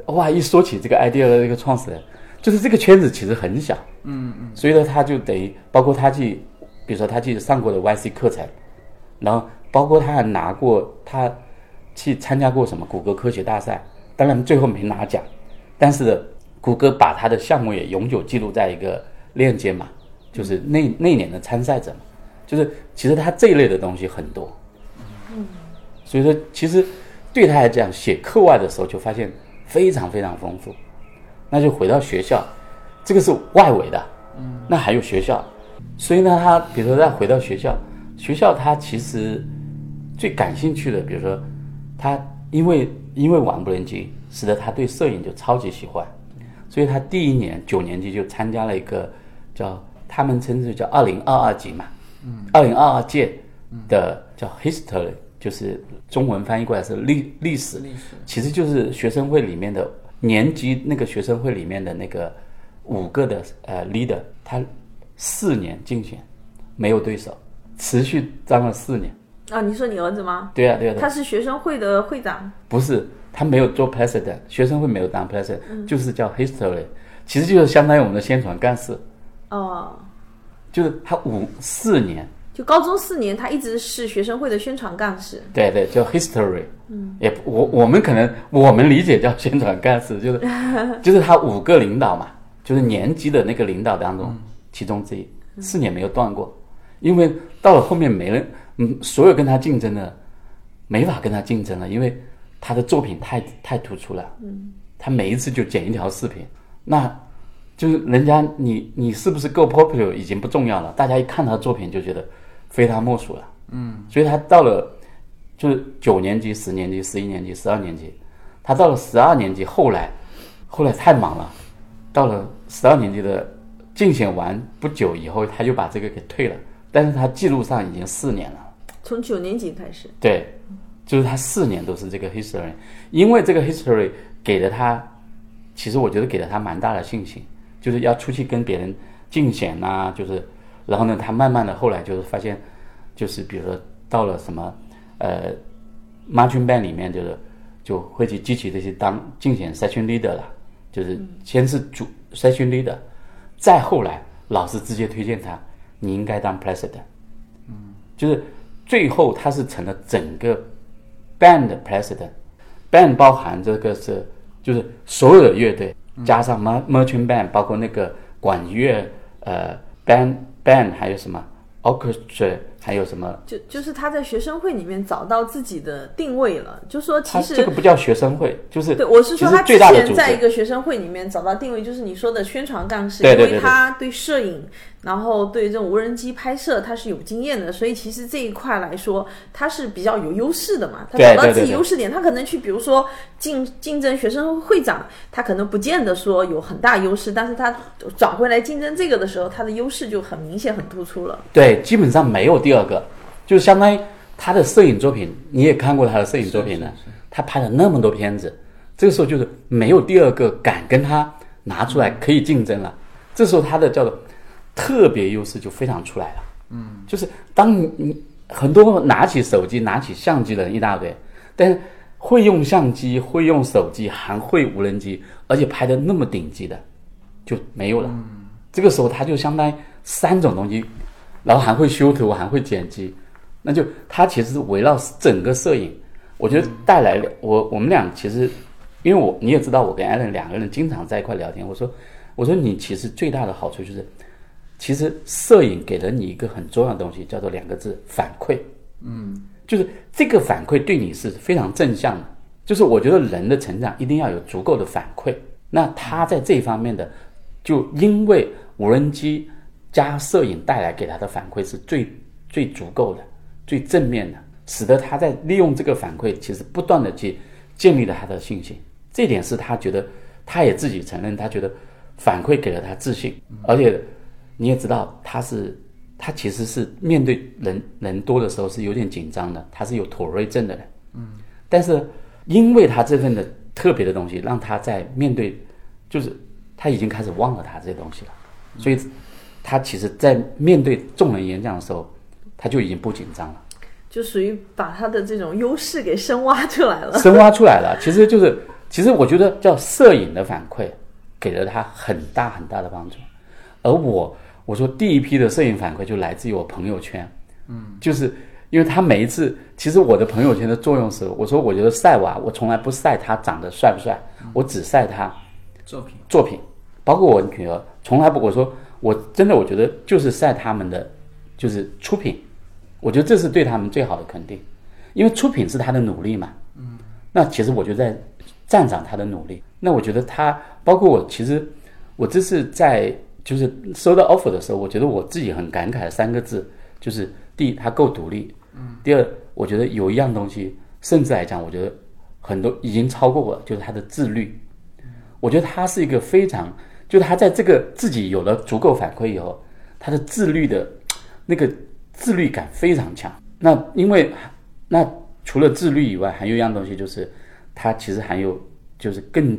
S3: 哇一说起这个 idea 的这个创始人，就是这个圈子其实很小。嗯嗯，所以呢，他就等于包括他去，比如说他去上过的 YC 课程，然后包括他还拿过他去参加过什么谷歌科学大赛，当然最后没拿奖，但是呢，谷歌把他的项目也永久记录在一个链接嘛，就是那那年的参赛者嘛，就是其实他这一类的东西很多，嗯，所以说其实对他来讲，写课外的时候就发现非常非常丰富，那就回到学校，这个是外围的，嗯，那还有学校，所以呢，他比如说再回到学校，学校他其实最感兴趣的，比如说他因为因为玩无人机，使得他对摄影就超级喜欢，所以他第一年九年级就参加了一个叫他们称之为叫二零二二级嘛，嗯，二零二二届的叫 history，就是中文翻译过来是历历史，历史其实就是学生会里面的年级那个学生会里面的那个五个的呃 leader，他四年竞选没有对手，持续当了四年，
S4: 啊，你说你儿子吗？
S3: 对呀、啊对呀、对呀
S4: 他是学生会的会长，
S3: 不是，他没有做 president，学生会没有当 president，、就是叫 history，其实就是相当于我们的宣传干事，
S4: 哦，
S3: 就是他五四年，
S4: 就高中四年，他一直是学生会的宣传干事。
S3: 对对，叫 history，嗯，也不我我们可能我们理解叫宣传干事， 就是就是他五个领导嘛，就是年级的那个领导当中、其中之一，四年没有断过，因为到了后面没人，嗯，所有跟他竞争的没法跟他竞争了，因为他的作品太太突出了，嗯，他每一次就剪一条视频，那就是人家你你是不是够 popular 已经不重要了，大家一看他的作品就觉得非他莫属了，嗯，所以他到了就是九年级、十年级、十一年级、十二年级，他到了十二年级，后来后来太忙了，到了十二年级的竞选完不久以后，他就把这个给退了，但是他记录上已经四年了。
S4: 从九年级开始，
S3: 对，就是他四年都是这个 history，因为这个 history 给了他，其实我觉得给了他蛮大的信心，就是要出去跟别人竞选呐、就是，然后呢，他慢慢的后来就是发现，就是比如说到了什么，呃，marching band 里面就是就会去激起这些当竞选 session leader 了，就是先是主 session leader，再后来老师直接推荐他，你应该当 president。就是最后他是成了整个 band 的 president。band 包含这个是就是所有的乐队，加上 mer merchant band，包括那个管乐，呃，band band 还有什么 orchestra，还有什么？
S4: 就就是他在学生会里面找到自己的定位了。就说
S3: 他
S4: 其实
S3: 这个不叫学生会，就是
S4: 对，我是说
S3: 其
S4: 他
S3: 实
S4: 之
S3: 最大的组
S4: 前
S3: 织
S4: 在一个学生会里面找到定位，就是你说的宣传干事，
S3: 对对
S4: 因
S3: 对对
S4: 为他对摄影，然后对这种无人机拍摄他是有经验的，所以其实这一块来说他是比较有优势的嘛。他
S3: 对
S4: 找
S3: 对
S4: 到
S3: 对
S4: 自己
S3: 对
S4: 优势点，他可能去比如说竞竞争学生会长，他可能不见得说有很大优势，但是他转回来竞争这个的时候，他的优势就很明显很突出了。
S3: 对，基本上没有第二个，就相当于他的摄影作品，你也看过他的摄影作品了，他拍了那么多片子，这个时候就是没有第二个敢跟他拿出来可以竞争了，这时候他的叫做特别优势就非常出来了。嗯，就是当你你很多拿起手机、拿起相机的人一大堆，但是会用相机、会用手机，还会无人机，而且拍的那么顶级的就没有了。这个时候他就相当于三种东西，然后还会修图，还会剪辑，那就他其实围绕整个摄影，我觉得带来了我我们俩其实，因为我你也知道，我跟艾伦两个人经常在一块聊天，我说我说你其实最大的好处就是。其实摄影给了你一个很重要的东西，叫做两个字反馈。嗯，就是这个反馈对你是非常正向的。就是我觉得人的成长一定要有足够的反馈。那他在这一方面的，就因为无人机加摄影带来给他的反馈是最最足够的、最正面的，使得他在利用这个反馈，其实不断的去建立了他的信心。这点是他觉得，他也自己承认，他觉得反馈给了他自信，而且你也知道，他是他其实是面对人人多的时候是有点紧张的，他是有妥瑞症的人。嗯，但是因为他这份的特别的东西，让他在面对，就是他已经开始忘了他这些东西了，所以他其实，在面对众人演讲的时候，他就已经不紧张了，
S4: 就属于把他的这种优势给深挖出来了。
S3: 深挖出来了。其实就是，其实我觉得叫摄影的反馈，给了他很大很大的帮助。而我，我说第一批的摄影反馈就来自于我朋友圈，嗯，就是因为他每一次，其实我的朋友圈的作用是，我说我觉得晒娃，我从来不晒他长得帅不帅，我只晒他
S2: 作品，
S3: 作品，包括我女儿，从来不我说我真的我觉得就是晒他们的就是出品，我觉得这是对他们最好的肯定，因为出品是他的努力嘛，嗯，那其实我就在赞赏他的努力，那我觉得他包括我其实我这是在就是收到 offer 的时候，我觉得我自己很感慨的三个字就是第一，他够独立，嗯，第二，我觉得有一样东西，甚至来讲，我觉得很多已经超过我了，就是他的自律，我觉得他是一个非常，就是他在这个自己有了足够反馈以后，他的自律的那个自律感非常强。那因为那除了自律以外，还有一样东西就是，他其实还有就是更，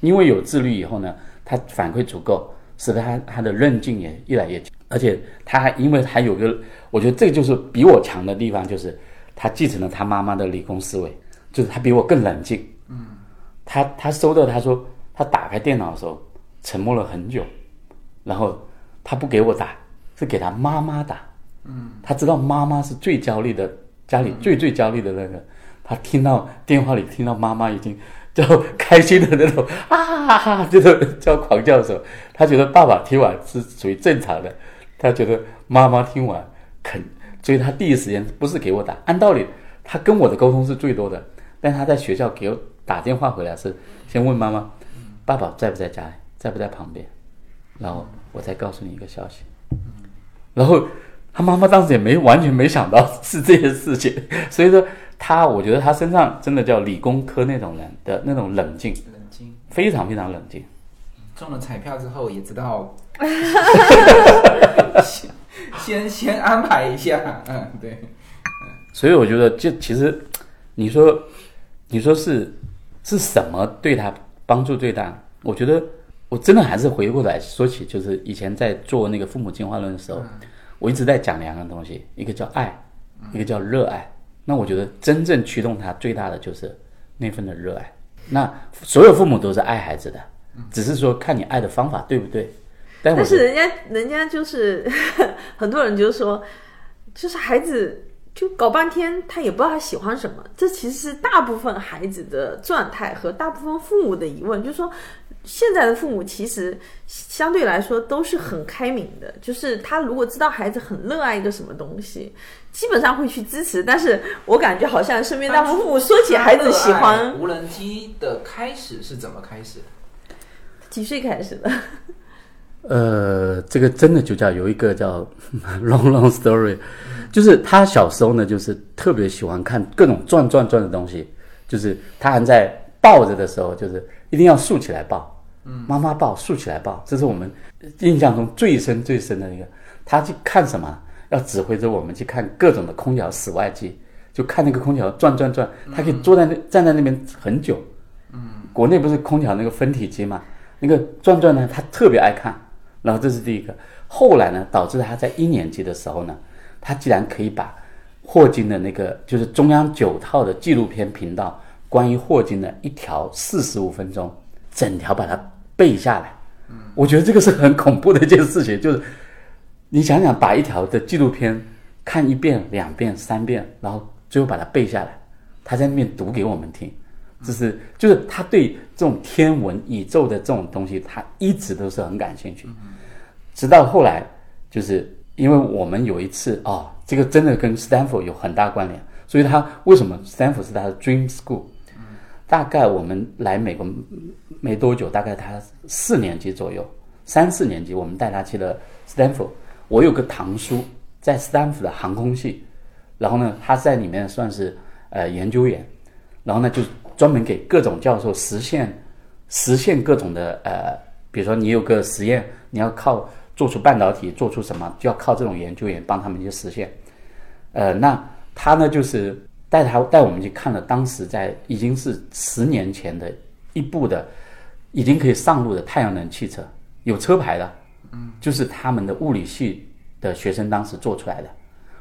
S3: 因为有自律以后呢，他反馈足够，使得他他的韧劲也越来越强，而且他还因为还有个，我觉得这就是比我强的地方，就是他继承了他妈妈的理工思维，就是他比我更冷静。他他收到，他说他打开电脑的时候沉默了很久，然后他不给我打，是给他妈妈打。嗯，他知道妈妈是最焦虑的，家里最最焦虑的那个。他听到电话里听到妈妈已经叫 开心的那种啊哈哈，就是 叫狂叫的时候，他觉得爸爸听完是属于正常的，他觉得妈妈听完肯，所以他第一时间不是给我打。按道理，他跟我的沟通是最多的，但他在学校给我打电话回来是先问妈妈，爸爸在不在家里，在不在旁边，然后我再告诉你一个消息。然后他妈妈当时也没完全没想到是这件事情， 所以说他，我觉得他身上真的叫理工科那种人的那种冷静，
S2: 冷静。
S3: 非常非常冷静。
S2: 中了彩票之后也知 道，先先先安排一下，嗯，对，
S3: 所以我觉得，这其实你说，你说是是什么对他帮助最大？我觉得我真的还是回过来说起，就是以前在做那个父母进化论的时候，我一直在讲两个东西，一个叫爱，一个叫热爱。那我觉得真正驱动他最大的就是那份的热爱。那所有父母都是爱孩子的，只是说看你爱的方法对不对。但我
S4: 但
S3: 觉
S4: 是
S3: 得
S4: 人家人家就是 很多人就说，就是孩子就搞半天，他也不知道他喜欢什么。这其实是大部分孩子的状态和大部分父母的疑问，就是说。现在的父母其实相对来说都是很开明的，就是他如果知道孩子很热爱一个什么东西，基本上会去支持。但是我感觉好像身边大部分父母说起孩子喜欢
S2: 无人机的开始是怎么开始的？
S4: 几岁开始的，
S3: 呃，这个真的就叫有一个叫 long long story，就是他小时候呢，就是特别喜欢看各种转转转的东西，就是他还在抱着的时候，就是一定要竖起来抱，妈妈抱，竖起来抱，这是我们印象中最深最深的一个。他去看什么？要指挥着我们去看各种的空调室外机，就看那个空调转转转，他可以坐在那、站在那边很久。嗯，国内不是空调那个分体机嘛，那个转转呢，他特别爱看。然后这是第一个，后来呢，导致他在一年级的时候呢，他竟然可以把霍金的那个就是中央九套的纪录片频道关于霍金的一条四十五分钟，整条把它背下来。我觉得这个是很恐怖的一件事情，就是你想想，把一条的纪录片看一遍、两遍、三遍，然后最后把它背下来，他在那边读给我们听，就是就是他对这种天文、宇宙的这种东西，他一直都是很感兴趣。直到后来，就是因为我们有一次哦，这个真的跟斯坦福有很大关联，所以他为什么斯坦福是他的 dream school？大概我们来美国没多久，大概他四年级左右，三四年级，我们带他去了斯坦福。我有个堂叔在斯坦福的航空系，然后呢，他在里面算是呃研究员，然后呢就专门给各种教授实现实现各种的呃，比如说你有个实验，你要靠做出半导体，做出什么，就要靠这种研究员帮他们去实现。呃，那他呢就是带他带我们去看了当时在已经是十年前的一部的，已经可以上路的太阳能汽车，有车牌的，嗯，就是他们的物理系的学生当时做出来的。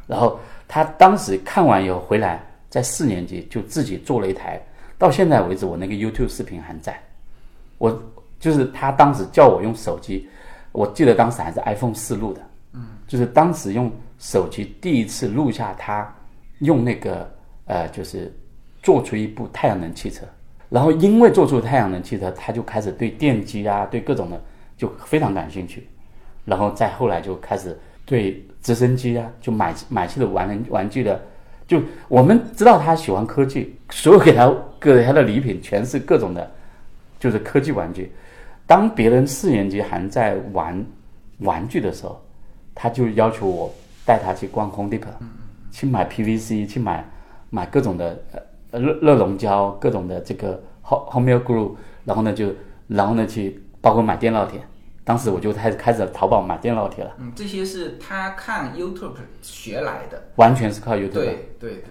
S3: 然后他当时看完以后回来，在四年级就自己做了一台，到现在为止我那个 YouTube 视频还在。我就是他当时叫我用手机，我记得当时还是 iPhone 四录的，就是当时用手机第一次录下他用那个呃，就是做出一部太阳能汽车，然后因为做出太阳能汽车，他就开始对电机啊，对各种的就非常感兴趣，然后再后来就开始对直升机啊，就买买去的玩玩具的，就我们知道他喜欢科技，所有给他给他的礼品全是各种的，就是科技玩具。当别人四年级还在玩玩具的时候，他就要求我带他去逛 Home Depot，去买 PVC，去买买各种的呃热热熔胶，各种的这个 home home meal glue，然后呢就然后呢去包括买电烙铁。当时我就开始开始淘宝买电烙铁了，
S2: 嗯，这些是他看 YouTube 学来的。
S3: 完全是靠 YouTube。
S2: 对对对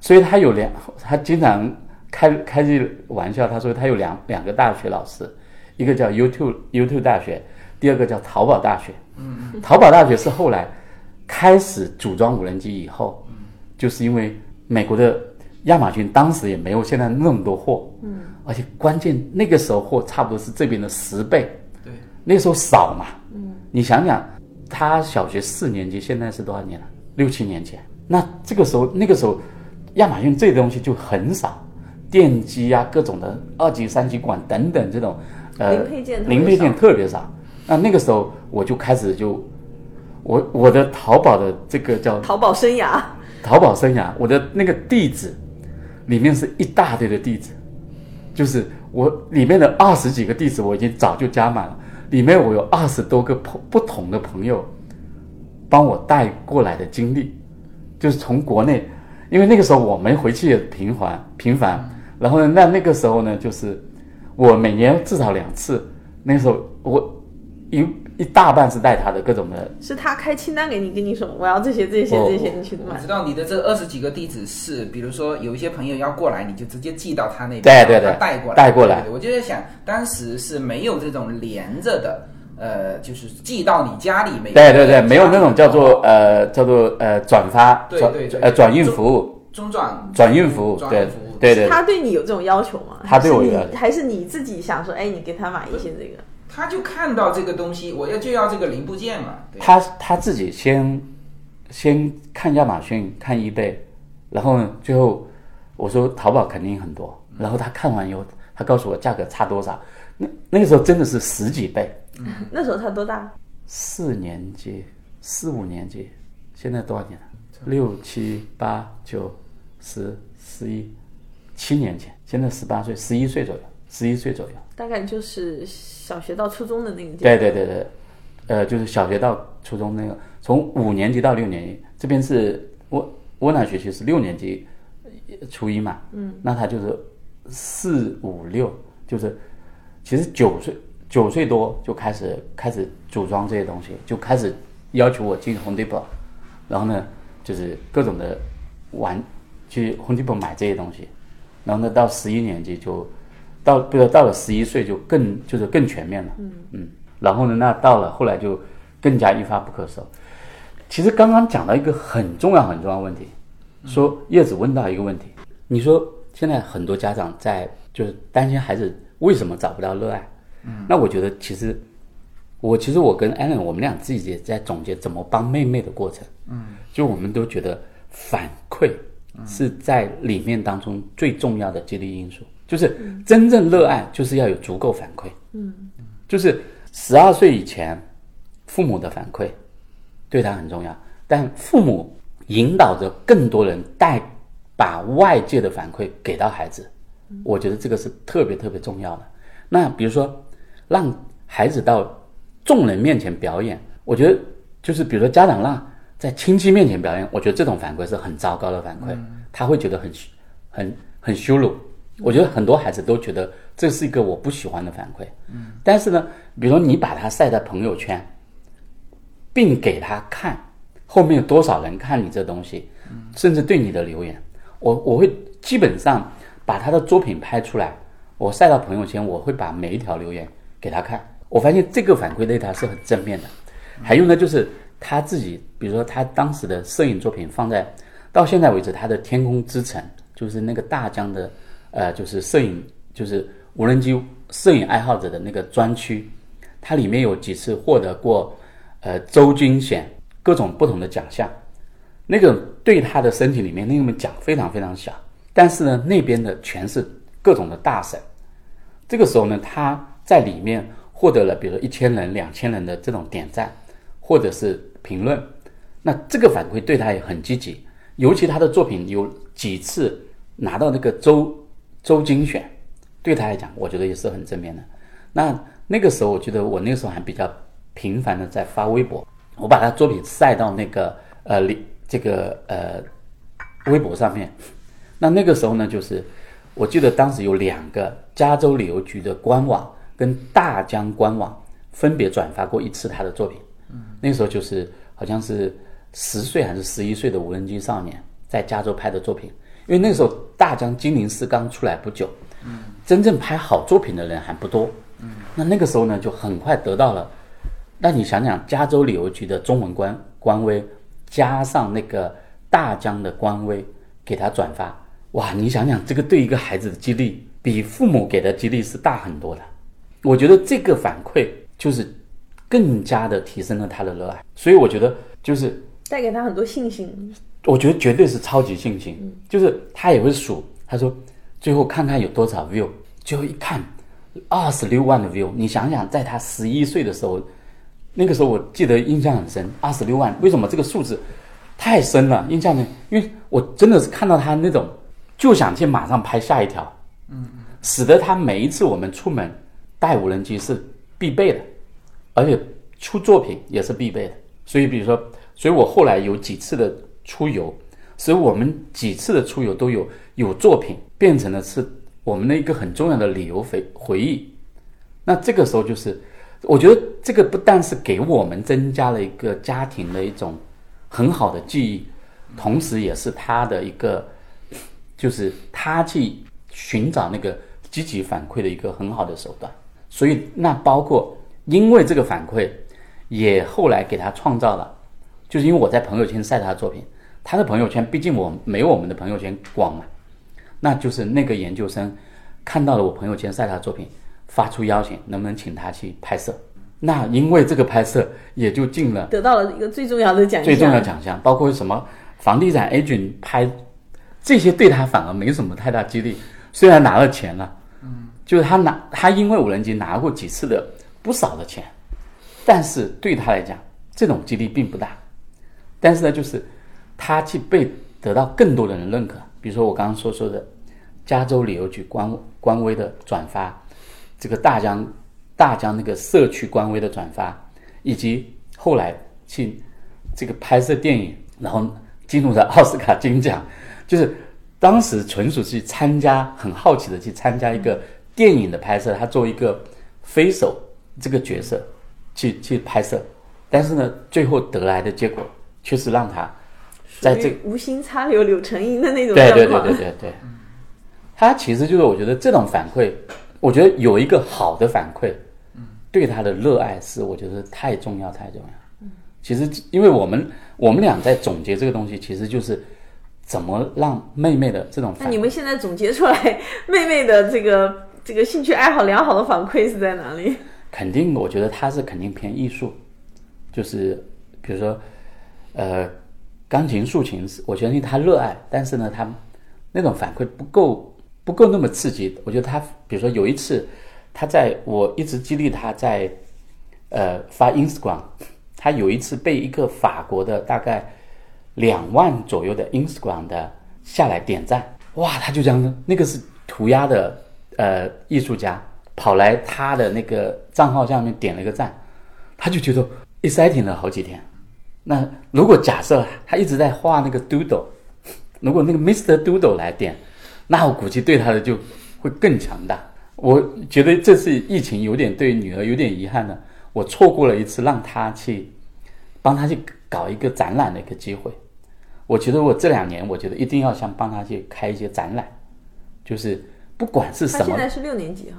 S3: 所以他有两，他经常开开句玩笑，他说他有两两个大学老师，一个叫 YouTube YouTube 大学，第二个叫淘宝大学。嗯，淘宝大学是后来开始组装无人机以后，就是因为美国的亚马逊当时也没有现在那么多货，嗯，而且关键那个时候货差不多是这边的十倍，
S2: 对对，
S3: 那时候少嘛，嗯，你想想，他小学四年级，现在是多少年了？六七年前，那这个时候，那个时候，亚马逊这东西就很少，电机啊，各种的二级、三级管等等这种，呃，
S4: 零配件特别
S3: 零配件
S4: 少
S3: 特别少。那那个时候我就开始就，我我的淘宝的这个叫
S4: 淘宝生涯，
S3: 淘宝生涯，我的那个地址里面是一大堆的地址，就是我里面的二十几个地址我已经早就加满了，里面我有二十多个朋不同的朋友帮我带过来的经历，就是从国内，因为那个时候我没回去也频繁频繁，然后呢，那那个时候呢，就是我每年至少两次，那时候我一一大半是带他的各种的
S4: 是他开清单给你，跟你说我要这些这些
S3: 我
S4: 这些，你去
S2: 我
S4: 买
S2: 知。道你的这二十几个地址是，比如说有一些朋友要过来，你就直接寄到他那边，
S3: 对对
S2: 然后
S3: 对
S2: 他带过来，
S3: 带过来
S2: 对对对我就在想，当时是没有这种连着的，呃，就是寄到你家里没？
S3: 对对对，没有那种叫做呃叫做呃转发
S2: 对
S3: 转
S2: 对对
S3: 呃转运服务，
S2: 中转
S3: 转运服务，
S2: 转
S3: 对
S2: 运服务
S3: 对对，
S4: 他对你有这种要求吗？
S3: 他对我有
S4: 还
S3: 要
S4: 是
S3: 求
S4: 你还是你自己想说，哎，你给他买一些这个，
S2: 他就看到这个东西，我要就要这个零部件嘛。对
S3: 他他自己先先看亚马逊，看 eBay，然后呢，最后我说淘宝肯定很多，
S2: 嗯
S3: 然后他看完以后，他告诉我价格差多少，那那个时候真的是十几倍，嗯
S4: 那时候他多大？
S3: 四年级四五年级，现在多少年了？六七八九十十一，七年前，现在十八岁，十一岁左右，十一岁左右。
S4: 大概就是小学到初中的那个阶
S3: 对
S4: 段。
S3: 对对对，呃，就是小学到初中那个，从五年级到六年级，这边是我我那学期是六年级呃初一嘛，嗯，那他就是四五六，就是其实九岁九岁多就开始开始组装这些东西，就开始要求我进 Home Depot，然后呢就是各种的玩去 Home Depot 买这些东西，然后呢到十一年级就到不知道到了十一岁就更就是更全面了，嗯然后呢那到了后来就更加一发不可收。其实刚刚讲到一个很重要很重要的问题，说叶子问到一个问题，你说现在很多家长在就是担心孩子为什么找不到热爱，那我觉得其实我其实我跟 Allen 我们俩自己也在总结怎么帮妹妹的过程，嗯，就我们都觉得反馈是在里面当中最重要的激励因素，就是真正热爱就是要有足够反馈，嗯，就是十二岁以前父母的反馈对他很重要，但父母引导着更多人带把外界的反馈给到孩子，我觉得这个是特别特别重要的。那比如说，让孩子到众人面前表演，我觉得就是比如说家长让在亲戚面前表演，我觉得这种反馈是很糟糕的反馈，他会觉得很羞很很羞辱。我觉得很多孩子都觉得这是一个我不喜欢的反馈，嗯，但是呢，比如说你把它晒在朋友圈，并给他看后面有多少人看你这东西，甚至对你的留言，我我会基本上把他的作品拍出来，我晒到朋友圈，我会把每一条留言给他看。我发现这个反馈对他是很正面的。还有呢，就是他自己，比如说他当时的摄影作品放在到现在为止，他的《天空之城》就是那个大疆的，呃，就是摄影就是无人机摄影爱好者的那个专区，它里面有几次获得过呃周军衔各种不同的奖项，那个对他的身体里面那个奖非常非常小，但是呢，那边的全是各种的大神。这个时候呢，他在里面获得了比如一千人、两千人的这种点赞，或者是评论，那这个反馈对他也很积极。尤其他的作品有几次拿到那个周周精选，对他来讲，我觉得也是很正面的。那那个时候，我觉得我那个时候还比较频繁的在发微博，我把他作品晒到那个呃里这个呃微博上面。那那个时候呢，就是我记得当时有两个加州旅游局的官网跟大疆官网分别转发过一次他的作品。嗯，那时候就是好像是十岁还是十一岁的无人机少年在加州拍的作品，因为那时候大疆精灵师刚出来不久，嗯，真正拍好作品的人还不多。嗯，那那个时候呢，就很快得到了那你想想，加州旅游局的中文官官微，加上那个大疆的官微给他转发，哇，你想想，这个对一个孩子的激励，比父母给的激励是大很多的。我觉得这个反馈就是更加的提升了他的热爱，所以我觉得就是
S4: 带给他很多信心。
S3: 我觉得绝对是超级信心，就是他也会数，他说最后看看有多少 view，最后一看二十六万的 view，你想想，在他十一岁的时候，那个时候我记得印象很深，二十六万，为什么这个数字太深了？印象呢？因为我真的是看到他那种就想去马上拍下一条，嗯，使得他每一次我们出门带无人机是必备的，而且出作品也是必备的。所以，比如说，所以我后来有几次的出游，所以我们几次的出游都有有作品，变成了是我们的一个很重要的旅游回回忆。那这个时候就是，我觉得这个不但是给我们增加了一个家庭的一种很好的记忆，同时也是他的一个，就是他去寻找那个积极反馈的一个很好的手段。所以那包括因为这个反馈，也后来给他创造了，就是因为我在朋友圈晒他的作品，他的朋友圈毕竟我没有我们的朋友圈广嘛，啊那就是那个研究生看到了我朋友圈晒他的作品，发出邀请，能不能请他去拍摄？那因为这个拍摄也就进了
S4: 得到了一个最重要的奖项，
S3: 最重要的奖项，包括什么房地产 agent 拍，这些对他反而没什么太大激励。虽然拿了钱了，嗯，就是他拿他因为无人机拿过几次的不少的钱，但是对他来讲，这种激励并不大。但是呢，就是他去被得到更多的人认可，比如说我刚刚所说的加州旅游局官官微的转发，这个大疆大疆那个社区官微的转发，以及后来去这个拍摄电影，然后进入了奥斯卡金奖，就是当时纯属去参加，很好奇的去参加一个电影的拍摄，他作为一个飞手这个角色去去拍摄，但是呢，最后得来的结果却是让他在这
S4: 属于无心插柳柳成荫的那种
S3: 对
S4: 状
S3: 对对
S4: 况。
S3: 对对对，他其实就是我觉得这种反馈，我觉得有一个好的反馈，对他的热爱是我觉得太重要太重要。其实，因为我们我们俩在总结这个东西，其实就是怎么让妹妹的这种
S4: 那
S3: 反
S4: 你们现在总结出来， 妹妹的这个这个兴趣爱好良好的反馈是在哪里？
S3: 肯定，我觉得他是肯定偏艺术，就是比如说，呃，钢琴、竖琴是，我相信他热爱，但是呢，他那种反馈不够，不够那么刺激。我觉得他，比如说有一次，他在我一直激励他在，呃，发 Instagram，他有一次被一个法国的大概两万左右的 Instagram 的下来点赞，哇，他就这样，那个是涂鸦的呃艺术家跑来他的那个账号下面点了一个赞，他就觉得 exciting 了好几天。那如果假设他一直在画那个 doodle，如果那个 Mr. Doodle 来点，那我估计对他的就会更强大。我觉得这次疫情有点对女儿有点遗憾呢，我错过了一次让她去帮她去搞一个展览的一个机会。我觉得我这两年，我觉得一定要想帮她去开一些展览，就是不管是
S4: 她
S3: 什
S4: 现
S3: 么
S4: 在是六年级哈，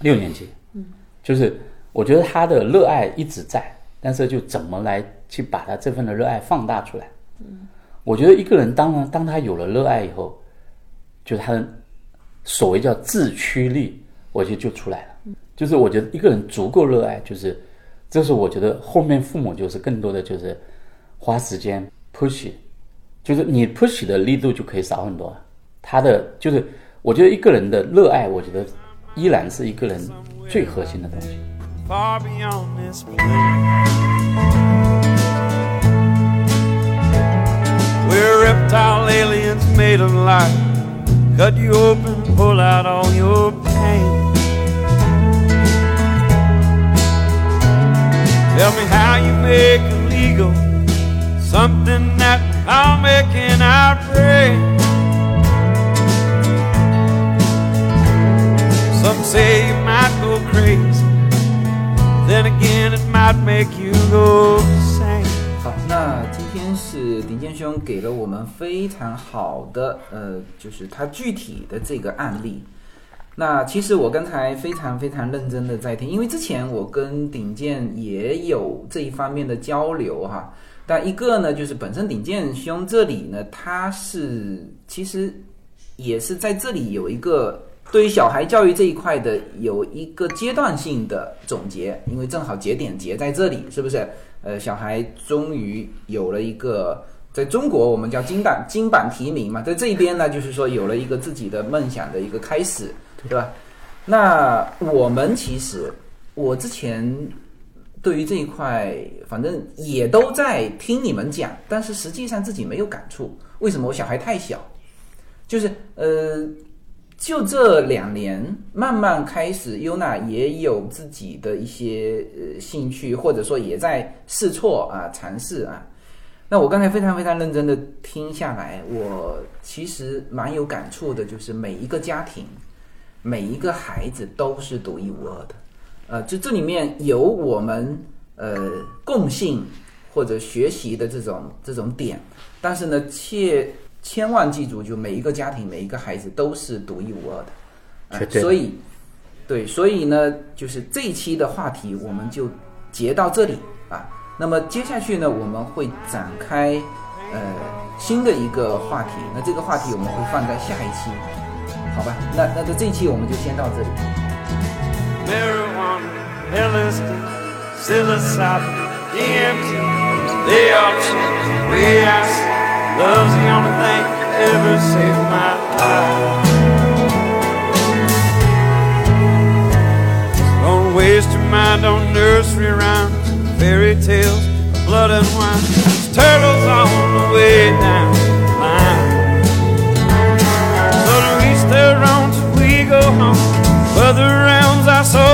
S3: 六年级，嗯，就是我觉得他的热爱一直在，但是就怎么来去把他这份的热爱放大出来，嗯，我觉得一个人当然当他有了热爱以后，就他的所谓叫自驱力，我觉得就出来了，就是我觉得一个人足够热爱，就是这是我觉得后面父母就是更多的就是花时间 push，就是你 push 的力度就可以少很多了。他的就是，我觉得一个人的热爱，我觉得依然是一个人最核心的东西。
S1: far beyond this planet. We're reptile aliens made of light. Cut you open, pull out all your pain. Tell me how you make it legal something that I'll make and I pray. Some say you might go crazy. Then again, it might make you go insane.
S2: 好，那今天是林健兄给了我们非常好的，呃，就是他具体的这个案例。那其实我刚才非常非常认真的在听，因为之前我跟顶健也有这一方面的交流哈。但一个呢，就是本身顶健兄这里呢，他是其实也是在这里有一个对于小孩教育这一块的有一个阶段性的总结，因为正好节点节在这里，是不是？呃，小孩终于有了一个。在中国，我们叫金榜金榜题名嘛，在这边呢，就是说有了一个自己的梦想的一个开始，对吧？那我们其实，我之前对于这一块，反正也都在听你们讲，但是实际上自己没有感触。为什么？我小孩太小，就是呃，就这两年慢慢开始，优娜也有自己的一些呃兴趣，或者说也在试错啊、尝试啊。那我刚才非常非常认真的听下来，我其实蛮有感触的，就是每一个家庭，每一个孩子都是独一无二的。呃，就这里面有我们呃共性或者学习的这种这种点，但是呢，切千万记住，就每一个家庭、每一个孩子都是独一无二的。呃
S3: 绝对
S2: 所以，对，所以呢，就是这一期的话题我们就截到这里啊。那么接下去呢，我们会展开呃新的一个话题，那这个话题我们会放在下一期，好吧？那那在这一期我们就先到这里。
S1: marijuana, LSD, psilocybin, DMT. They all change the way I see. Love's the only thing that ever saved my life. Don't waste your mind on nursery rhymes, fairy tales, blood and wine. There's turtles on the way down the line. So to each their own till we go home. Other rounds I saw